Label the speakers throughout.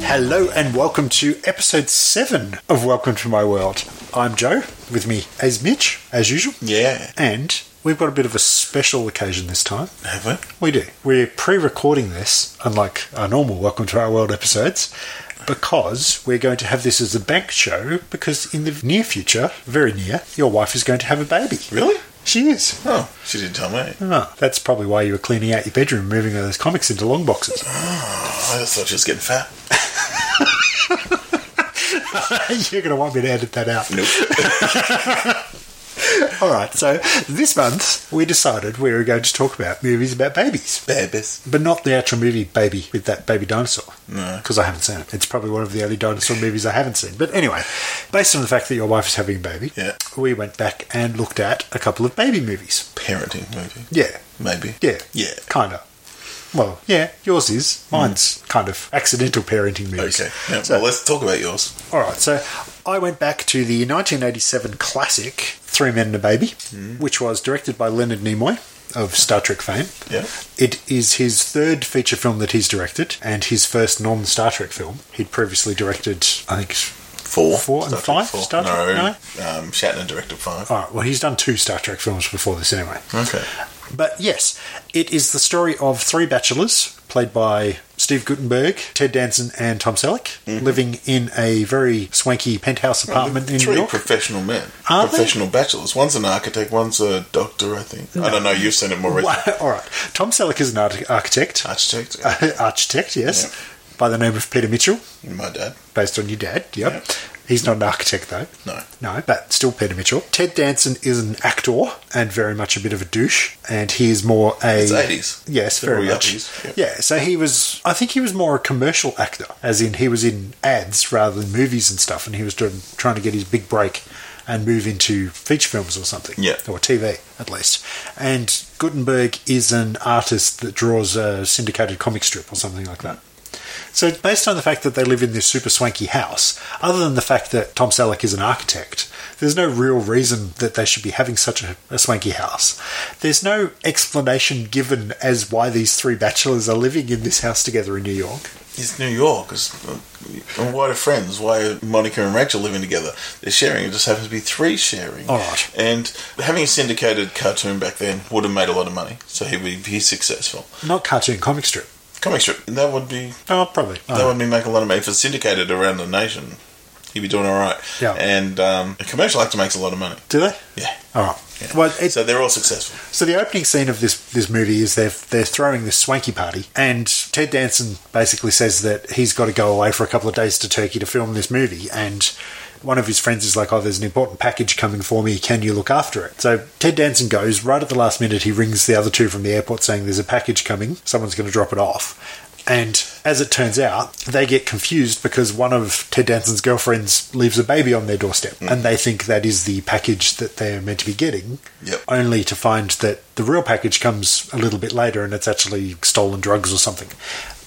Speaker 1: Hello and welcome to episode seven of Welcome to My World. I'm Joe, with me as Mitch, as usual.
Speaker 2: Yeah,
Speaker 1: And we've got a bit of a special occasion this time.
Speaker 2: have we?
Speaker 1: We do. We're pre recording this, unlike our normal Welcome to Our World episodes, because we're going to have this as a bank show. Because in the near future, very near, your wife is going to have a baby.
Speaker 2: Really?
Speaker 1: She is.
Speaker 2: Oh, she didn't tell me.
Speaker 1: Ah, that's probably why you were cleaning out your bedroom, moving all those comics into long boxes.
Speaker 2: I just thought she was getting fat.
Speaker 1: You're going to want me to edit that out. All right, so this month we decided we were going to talk about movies about babies,
Speaker 2: Babies.
Speaker 1: but not the actual movie Baby with that baby dinosaur.
Speaker 2: No.
Speaker 1: Because I haven't seen it. It's probably one of the only dinosaur movies I haven't seen. But anyway, based on the fact that your wife is having a baby,
Speaker 2: Yeah.
Speaker 1: we went back and looked at a couple of baby movies.
Speaker 2: Parenting movie.
Speaker 1: Yeah,
Speaker 2: Maybe.
Speaker 1: yeah,
Speaker 2: Yeah.
Speaker 1: kind of. Well, yeah, yours is. Mine's kind of accidental parenting movies.
Speaker 2: Okay. Yeah,
Speaker 1: So-
Speaker 2: well, let's talk about yours.
Speaker 1: all right, so I went back to the 1987 classic Three Men and a Baby, which was directed by Leonard Nimoy of Star Trek fame.
Speaker 2: Yeah.
Speaker 1: It is his third feature film that he's directed and his first non Star Trek film. He'd previously directed, I think,
Speaker 2: Four.
Speaker 1: Four and five? Star Trek?
Speaker 2: No. Um, Shatner directed five.
Speaker 1: all right, well, he's done two Star Trek films before this anyway.
Speaker 2: Okay.
Speaker 1: But yes, it is the story of three bachelors, played by Steve Guttenberg, Ted Danson, and Tom Selleck, living in a very swanky penthouse apartment Um, in
Speaker 2: Three
Speaker 1: New York.
Speaker 2: professional men.
Speaker 1: Are they?
Speaker 2: professional bachelors. One's an architect, one's a doctor, I think. I don't know. You've seen it more recently.
Speaker 1: Well, all right. Tom Selleck is an arch- architect.
Speaker 2: Architect.
Speaker 1: Uh. architect, yes. By the name of Peter Mitchell,
Speaker 2: My dad.
Speaker 1: based on your dad. Yep.
Speaker 2: Yeah.
Speaker 1: He's not an architect, though.
Speaker 2: No.
Speaker 1: No, but still Peter Mitchell. Ted Danson is an actor and very much a bit of a douche. And he is more a.
Speaker 2: It's 80s.
Speaker 1: Yes,
Speaker 2: They're
Speaker 1: very
Speaker 2: all
Speaker 1: much.
Speaker 2: yuppies. Yep.
Speaker 1: Yeah, so he was. I think he was more a commercial actor, as in he was in ads rather than movies and stuff, and he was doing, trying to get his big break and move into feature films or something.
Speaker 2: Yeah.
Speaker 1: Or TV, at least. And Gutenberg is an artist that draws a syndicated comic strip or something like that. So, based on the fact that they live in this super swanky house, other than the fact that Tom Selleck is an architect, there's no real reason that they should be having such a, a swanky house. There's no explanation given as why these three bachelors are living in this house together in New York.
Speaker 2: It's New York. It's, and why are friends? Why are Monica and Rachel living together? They're sharing. It just happens to be three sharing.
Speaker 1: All right.
Speaker 2: And having a syndicated cartoon back then would have made a lot of money. So he would be successful.
Speaker 1: Not cartoon comic strip.
Speaker 2: Comic strip. That would be
Speaker 1: Oh, probably.
Speaker 2: that
Speaker 1: Oh,
Speaker 2: would be make a lot of money if it's syndicated around the nation. He'd be doing all right.
Speaker 1: Yeah.
Speaker 2: And um, a commercial actor makes a lot of money.
Speaker 1: do they?
Speaker 2: Yeah.
Speaker 1: All right.
Speaker 2: Yeah.
Speaker 1: Well, it's,
Speaker 2: so they're all successful.
Speaker 1: So the opening scene of this this movie is they're they're throwing this swanky party, and Ted Danson basically says that he's got to go away for a couple of days to Turkey to film this movie, and one of his friends is like, "Oh, there's an important package coming for me. Can you look after it?" So Ted Danson goes. Right at the last minute, he rings the other two from the airport saying, "There's a package coming. Someone's going to drop it off." And as it turns out, they get confused because one of Ted Danson's girlfriends leaves a baby on their doorstep, and they think that is the package that they're meant to be getting
Speaker 2: Yep.
Speaker 1: only to find that the real package comes a little bit later and it's actually stolen drugs or something.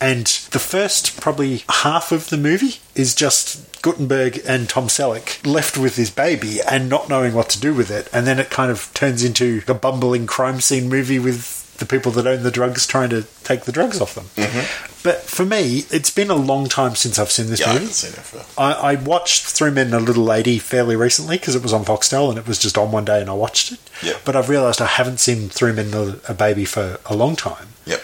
Speaker 1: And the first probably half of the movie is just Gutenberg and Tom Selleck left with his baby and not knowing what to do with it. And then it kind of turns into a bumbling crime scene movie with the people that own the drugs trying to take the drugs off them. But for me, it's been a long time since I've seen this
Speaker 2: Yeah, I
Speaker 1: movie.
Speaker 2: haven't seen it for.
Speaker 1: I, I watched Three Men and a Little Lady fairly recently because it was on Foxtel and it was just on one day and I watched it.
Speaker 2: Yeah.
Speaker 1: But I've realised I haven't seen Three Men and a Baby for a long time.
Speaker 2: Yep.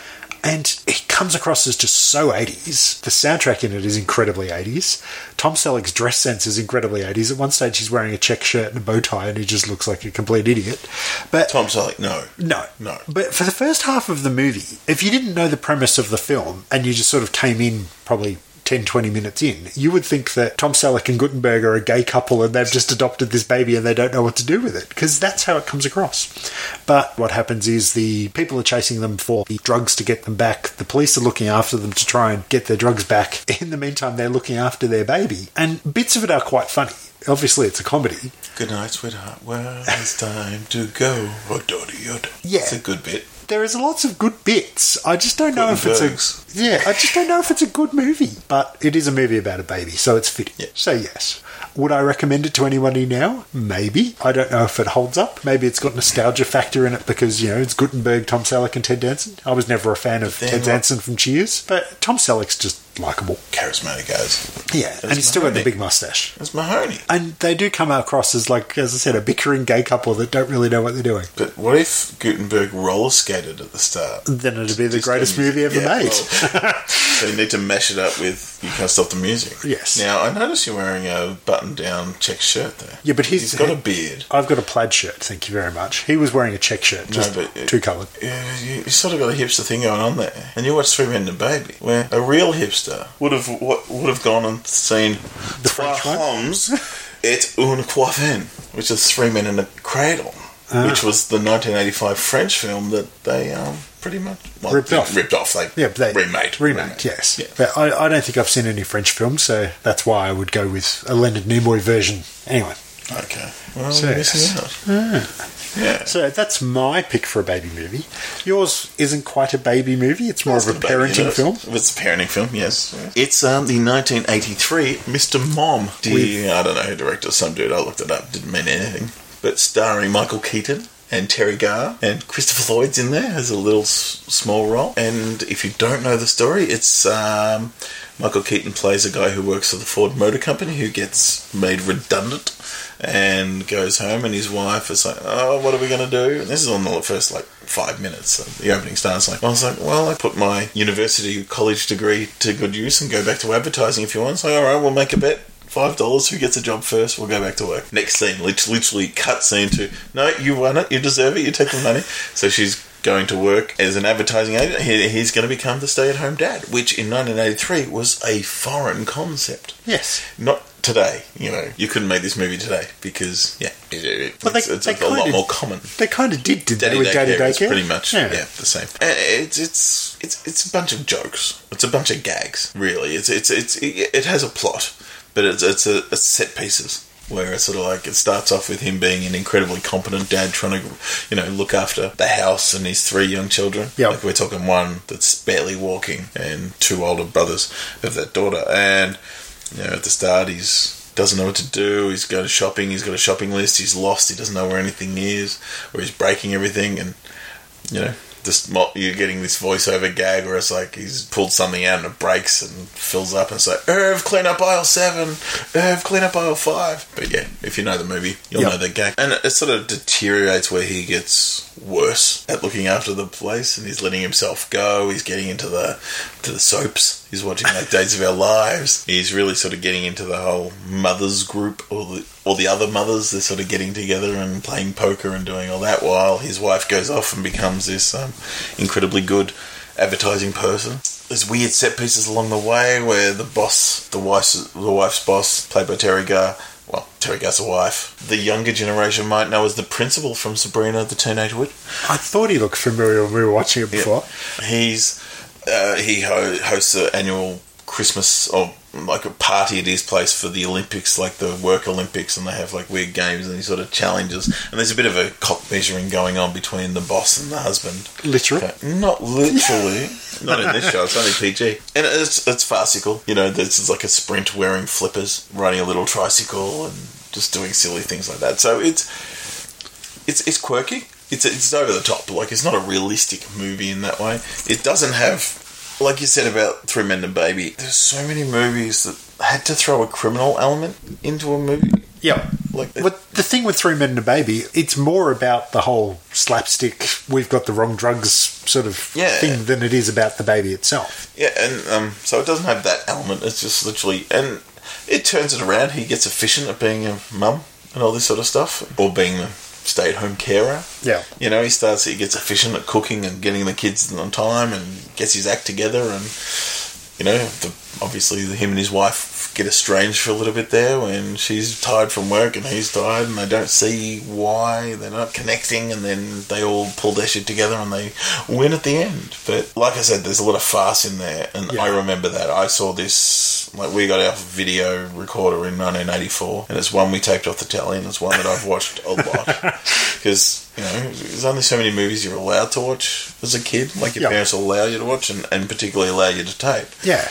Speaker 1: And it comes across as just so 80s. The soundtrack in it is incredibly 80s. Tom Selleck's dress sense is incredibly 80s. At one stage, he's wearing a check shirt and a bow tie and he just looks like a complete idiot. But
Speaker 2: Tom Selleck. No.
Speaker 1: no.
Speaker 2: No.
Speaker 1: But for the first half of the movie, if you didn't know the premise of the film and you just sort of came in probably 10, 20 minutes in, you would think that Tom Selleck and Gutenberg are a gay couple and they've just adopted this baby and they don't know what to do with it because that's how it comes across. But what happens is the people are chasing them for the drugs to get them back. The police are looking after them to try and get their drugs back. In the meantime, they're looking after their baby. And bits of it are quite funny. Obviously, it's a comedy.
Speaker 2: Good night, sweetheart. Well, it's time to go. Oh, daughter,
Speaker 1: Yeah.
Speaker 2: It's a good bit.
Speaker 1: there is lots of good bits. I just don't know if
Speaker 2: Gutenbergs.
Speaker 1: it's a yeah. I just don't know if it's a good movie, but it is a movie about a baby, so it's fitting.
Speaker 2: Yeah.
Speaker 1: So yes, would I recommend it to anybody now? Maybe. I don't know if it holds up. Maybe it's got nostalgia factor in it because you know it's Gutenberg, Tom Selleck, and Ted Danson. I was never a fan of
Speaker 2: Then
Speaker 1: Ted
Speaker 2: what-
Speaker 1: Danson from Cheers, but Tom Selleck's just likable.
Speaker 2: Charismatic guys.
Speaker 1: Yeah, and he's still got the
Speaker 2: Mahoney.
Speaker 1: big mustache.
Speaker 2: That's Mahoney.
Speaker 1: And they do come across as like, as I said, a bickering gay couple that don't really know what they're doing.
Speaker 2: But what if Gutenberg roller skated at the start?
Speaker 1: Then it'd be the
Speaker 2: Just
Speaker 1: greatest
Speaker 2: didn't-
Speaker 1: movie ever
Speaker 2: yeah,
Speaker 1: made.
Speaker 2: well, they need to mash it up with "You Can't Stop the Music."
Speaker 1: Yes.
Speaker 2: Now I notice you're wearing a button-down check shirt there.
Speaker 1: Yeah, but he's-
Speaker 2: he's got a beard.
Speaker 1: I've got a plaid shirt, thank you very much. He was wearing a check shirt, just
Speaker 2: but uh, it-
Speaker 1: two coloured.
Speaker 2: Yeah, you, you sort of got a hipster thing going on there. And you watch Three Men and a Baby, where a real hipster would have what, would have gone and seen
Speaker 1: The
Speaker 2: Trois
Speaker 1: French one?
Speaker 2: Hommes et un Coiffin, which is Three Men in a Cradle,
Speaker 1: Ah.
Speaker 2: which was the 1985 French film that they um, pretty much well,
Speaker 1: Ripped
Speaker 2: they
Speaker 1: off.
Speaker 2: Ripped off. They,
Speaker 1: Yeah, but they
Speaker 2: remade.
Speaker 1: remade. Yes,
Speaker 2: Yeah.
Speaker 1: but I, I don't think I've seen any French films, so that's why I would go with a Leonard Nimoy version. Anyway,
Speaker 2: Okay. Well,
Speaker 1: So,
Speaker 2: you're missing out.
Speaker 1: yes. Ah.
Speaker 2: Yeah.
Speaker 1: So that's my pick for a baby movie. Yours isn't quite a baby movie; it's more of a
Speaker 2: It's not
Speaker 1: parenting
Speaker 2: bad,
Speaker 1: film.
Speaker 2: yes. It's a parenting film, yes. It's um, the 1983 Mr. Mom. The, I don't know who directed it, some dude. I looked it up. Didn't mean anything. But starring Michael Keaton and Terry Garr and Christopher Lloyd's in there has a little s- small role. And if you don't know the story, it's um, Michael Keaton plays a guy who works for the Ford Motor Company who gets made redundant and goes home and his wife is like, oh, what are we going to do? And this is on the first like five minutes. So the opening starts like, I was like, well, I put my university college degree to good use and go back to advertising if you want. So all right, we'll make a bet. Five dollars. Who gets a job first? We'll go back to work. Next scene, lit- literally cut scene to no. You won it. You deserve it. You take the money. So she's going to work as an advertising agent. He, he's going to become the stay-at-home dad, which in 1983 was a foreign concept
Speaker 1: Yes,
Speaker 2: not today. You know, you couldn't make this movie today because yeah, it, it,
Speaker 1: But they-
Speaker 2: it's, it's
Speaker 1: they
Speaker 2: a lot
Speaker 1: kinda-
Speaker 2: more common.
Speaker 1: they kind of did, did
Speaker 2: Daddy
Speaker 1: they? With Daddy
Speaker 2: Daycare is
Speaker 1: Daycare,
Speaker 2: pretty much yeah. the same. And it's it's it's it's a bunch of jokes. It's a bunch of gags, really. It's it's it's it, it has a plot, but it's it's a it's set pieces. Where it's sort of like it starts off with him being an incredibly competent dad trying to, you know, look after the house and his three young children.
Speaker 1: Yep.
Speaker 2: Like we're talking one that's barely walking and two older brothers of that daughter. And you know, at the start, he's doesn't know what to do. He's going shopping. He's got a shopping list. He's lost. He doesn't know where anything is, or he's breaking everything. And you know, this mo- you're getting this voiceover gag where it's like he's pulled something out and it breaks and fills up and it's like Irv, clean up aisle seven. Irv, clean up aisle five. But yeah, if you know the movie, you'll
Speaker 1: Yep.
Speaker 2: know that gag. And it, it sort of deteriorates where he gets worse at looking after the place and he's letting himself go. He's getting into the to the soaps. He's watching like Days of Our Lives. He's really sort of getting into the whole mothers group or the all the other mothers. They're sort of getting together and playing poker and doing all that while his wife goes off and becomes this um, incredibly good advertising person. There's weird set pieces along the way where the boss, the wife's the wife's boss, played by Terry Garr. Well, Terry Garr's a wife. The younger generation might know as the principal from Sabrina the Teenage Witch.
Speaker 1: I thought he looked familiar when we were watching it before.
Speaker 2: He's uh, he ho- hosts an annual Christmas or like a party at his place for the Olympics, like the Work Olympics, and they have like weird games and these sort of challenges. And there's a bit of a cock measuring going on between the boss and the husband.
Speaker 1: Literally,
Speaker 2: Okay. Not literally. Not in this show. It's only PG, and it's it's farcical. You know, this is like a sprint wearing flippers, riding a little tricycle, and just doing silly things like that. So it's it's it's quirky. It's it's over the top. Like it's not a realistic movie in that way. It doesn't have. Like you said about Three Men and a Baby, there's so many movies that had to throw a criminal element into a movie.
Speaker 1: yeah.
Speaker 2: Like
Speaker 1: But the thing with Three Men and a Baby, it's more about the whole slapstick, we've got the wrong drugs sort of
Speaker 2: Yeah.
Speaker 1: thing than it is about the baby itself.
Speaker 2: Yeah, and um, so it doesn't have that element. It's just literally, and it turns it around. He gets efficient at being a mum and all this sort of stuff, or being a stay-at-home carer.
Speaker 1: Yeah.
Speaker 2: You know, he starts. He gets efficient at cooking and getting the kids on time, and gets his act together. And you know, the, obviously, him and his wife get estranged for a little bit there when she's tired from work and he's tired, and they don't see why they're not connecting, and then they all pull their shit together and they win at the end. But like I said, there's a lot of farce in there, and
Speaker 1: Yeah.
Speaker 2: I remember that. I saw this like we got our video recorder in 1984, and it's one we taped off the telly, and it's one that I've watched a lot because you know there's only so many movies you're allowed to watch as a kid. Like your
Speaker 1: Yeah.
Speaker 2: parents will allow you to watch, and, and particularly allow you to tape.
Speaker 1: Yeah.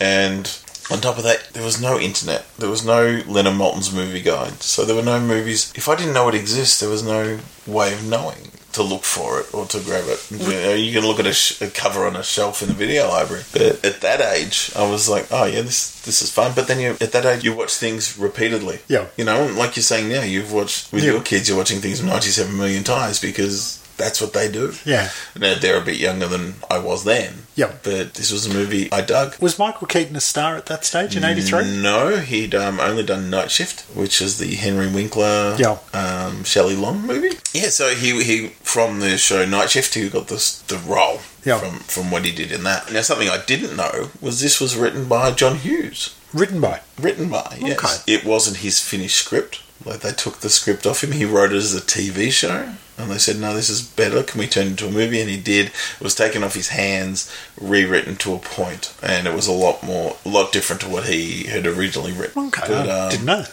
Speaker 2: And on top of that, there was no internet. There was no Leonard Malton's movie guide. So there were no movies. If I didn't know it exists, there was no way of knowing. to look for it or to grab it. You, know, you can look at a, sh- a cover on a shelf in the video library. But at that age, I was like, oh yeah, this this is fun. But then you at that age, you watch things repeatedly.
Speaker 1: Yeah.
Speaker 2: You know, and like you're saying now, you've watched with
Speaker 1: Yeah.
Speaker 2: your kids, you're watching things 97 million times because that's what they do.
Speaker 1: Yeah.
Speaker 2: Now they're a bit younger than I was then.
Speaker 1: Yeah.
Speaker 2: But this was a movie I dug.
Speaker 1: Was Michael Keaton a star at that stage in '83?
Speaker 2: No, he'd um, only done Night Shift, which is the Henry Winkler,
Speaker 1: Yeah.
Speaker 2: um, Shelley Long movie. Yeah, so he he from the show Night Shift, he got this the role
Speaker 1: Yeah.
Speaker 2: from from what he did in that. Now, something I didn't know was this was written by John Hughes.
Speaker 1: Written by.
Speaker 2: Written by, yes. It wasn't his finished script. Like they took the script off him. He wrote it as a TV show, and they said, "No, this is better. Can we turn it into a movie?" And he did. It was taken off his hands, rewritten to a point, and it was a lot more, a lot different to what he had originally written.
Speaker 1: Okay.
Speaker 2: But,
Speaker 1: I
Speaker 2: um,
Speaker 1: didn't know.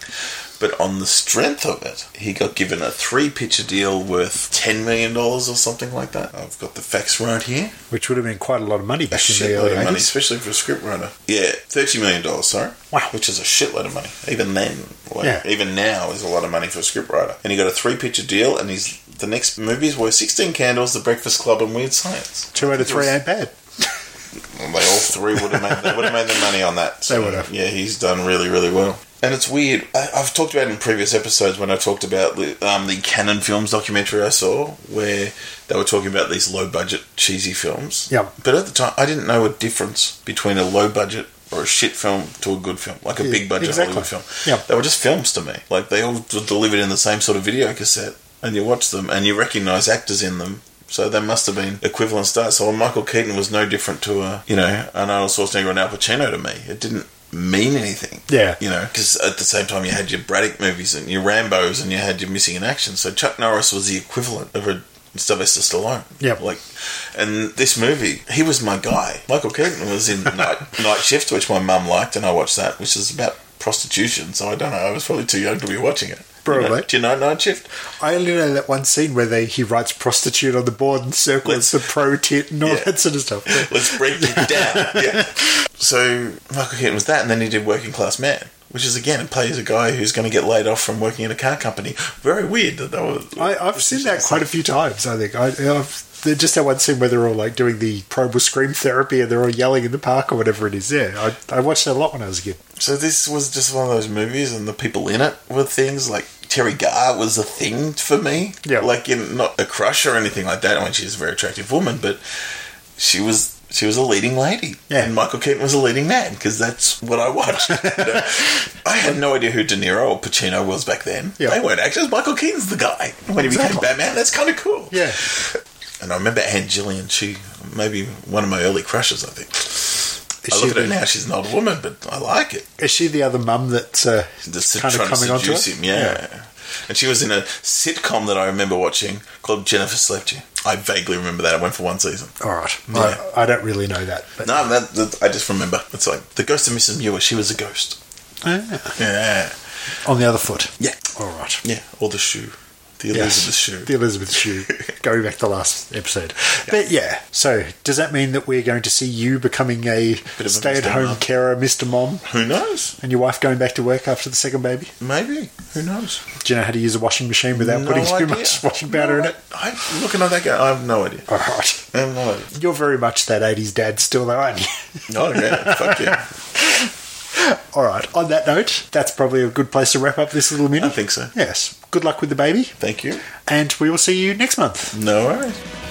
Speaker 2: but on the strength of it, he got given a three-picture deal worth ten million dollars or something like that. I've got the facts right here
Speaker 1: Which would have been quite a lot of money
Speaker 2: a
Speaker 1: back in the
Speaker 2: shitload
Speaker 1: early
Speaker 2: of money,
Speaker 1: '80s.
Speaker 2: especially for a scriptwriter. Yeah, thirty million dollars. Sorry,
Speaker 1: Wow.
Speaker 2: which is a shitload of money. Even then, like,
Speaker 1: Yeah.
Speaker 2: even now is a lot of money for a scriptwriter. And he got a three-picture deal, and he's the next movies were Sixteen Candles, The Breakfast Club, and Weird Science.
Speaker 1: Two out of three ain't bad.
Speaker 2: Well, they all three would have made they would have made their money on that.
Speaker 1: They would have.
Speaker 2: Yeah, he's done really really well. And it's weird. I, I've talked about it in previous episodes when I talked about the, um, the Canon Films documentary I saw, where they were talking about these low budget cheesy films.
Speaker 1: Yeah.
Speaker 2: But at the time, I didn't know a difference between a low budget or a shit film to a good film, like a
Speaker 1: Yeah,
Speaker 2: big budget
Speaker 1: exactly.
Speaker 2: Hollywood film.
Speaker 1: Yeah.
Speaker 2: They were just films to me. Like they all were delivered in the same sort of video cassette, and you watch them and you recognise actors in them. So they must have been equivalent stars. So Michael Keaton was no different to a you know an Arnold Schwarzenegger and Al Pacino to me. It didn't mean anything.
Speaker 1: Yeah.
Speaker 2: You know, because at the same time you had your Braddock movies and your Rambo's and you had your Missing in Action. So Chuck Norris was the equivalent of a Sylvester Stallone.
Speaker 1: Yep.
Speaker 2: Like, and this movie, he was my guy. Michael Keaton was in Night, Night Shift, which my mum liked, and I watched that, which is about prostitution. So I don't know. I was probably too young to be watching it.
Speaker 1: Probably.
Speaker 2: You know, do you know Night Shift?
Speaker 1: I only know that one scene where they, he writes prostitute on the board and circles the pro tit and all
Speaker 2: Yeah.
Speaker 1: that sort of stuff.
Speaker 2: Let's break it down. Yeah. So Michael Keaton was that, and then he did Working Class Man, which is again it plays a guy who's going to get laid off from working at a car company. Very weird that they were.
Speaker 1: I, I've seen that quite a few times, I think. I, I've, they're just that one scene where they're all like doing the probable scream therapy and they're all yelling in the park or whatever it is. Yeah, I, I watched that a lot when I was a kid.
Speaker 2: So this was just one of those movies, and the people in it were things like Terry Garr was a thing for me.
Speaker 1: Yeah.
Speaker 2: like in not a crush or anything like that. I mean, she's a very attractive woman, but she was she was a leading lady.
Speaker 1: Yeah.
Speaker 2: and Michael Keaton was a leading man because that's what I watched. you know? I had no idea who De Niro or Pacino was back then.
Speaker 1: Yeah.
Speaker 2: they weren't actors. Michael Keaton's the guy. When he
Speaker 1: Exactly.
Speaker 2: became Batman, that's kind of cool.
Speaker 1: Yeah.
Speaker 2: and I remember Anne Gillian. She maybe one of my early crushes. I think.
Speaker 1: Is
Speaker 2: I
Speaker 1: she,
Speaker 2: look at her
Speaker 1: the,
Speaker 2: now; she's an old woman, but I like it
Speaker 1: is she the other mum that's uh,
Speaker 2: just
Speaker 1: kind of
Speaker 2: trying to
Speaker 1: coming onto
Speaker 2: seduce
Speaker 1: it?
Speaker 2: him. Yeah. and she was in a sitcom that I remember watching called Jennifer Slept You. I vaguely remember that. I went for one season.
Speaker 1: All right.
Speaker 2: Yeah.
Speaker 1: I, I don't really know that. But
Speaker 2: No, that, that I just remember. It's like the ghost of Mrs. Muir. She was a ghost.
Speaker 1: Ah,
Speaker 2: Yeah,
Speaker 1: on the other foot.
Speaker 2: yeah,
Speaker 1: All right.
Speaker 2: yeah. Or the shoe, the
Speaker 1: Yes.
Speaker 2: Elizabeth shoe.
Speaker 1: The Elizabeth shoe. going back to the last episode. But yeah, so does that mean that we're going to see you becoming a
Speaker 2: of a
Speaker 1: stay at home
Speaker 2: Mr. Mom.
Speaker 1: carer, Mr. Mom,
Speaker 2: Who knows?
Speaker 1: and your wife going back to work after the second baby?
Speaker 2: Maybe. Who knows?
Speaker 1: Do you know how to use a washing machine without
Speaker 2: No
Speaker 1: putting too
Speaker 2: idea.
Speaker 1: much washing powder
Speaker 2: No,
Speaker 1: in it?
Speaker 2: I, I'm looking at that guy. I have no idea.
Speaker 1: All right.
Speaker 2: I have no idea.
Speaker 1: You're very much that 80s dad still, though, aren't you?
Speaker 2: No, Oh, yeah, fuck yeah.
Speaker 1: All right. On that note, that's probably a good place to wrap up this little
Speaker 2: I
Speaker 1: minute.
Speaker 2: think so.
Speaker 1: Yes. Good luck with the baby,
Speaker 2: Thank you.
Speaker 1: and we will see you next month.
Speaker 2: No worries.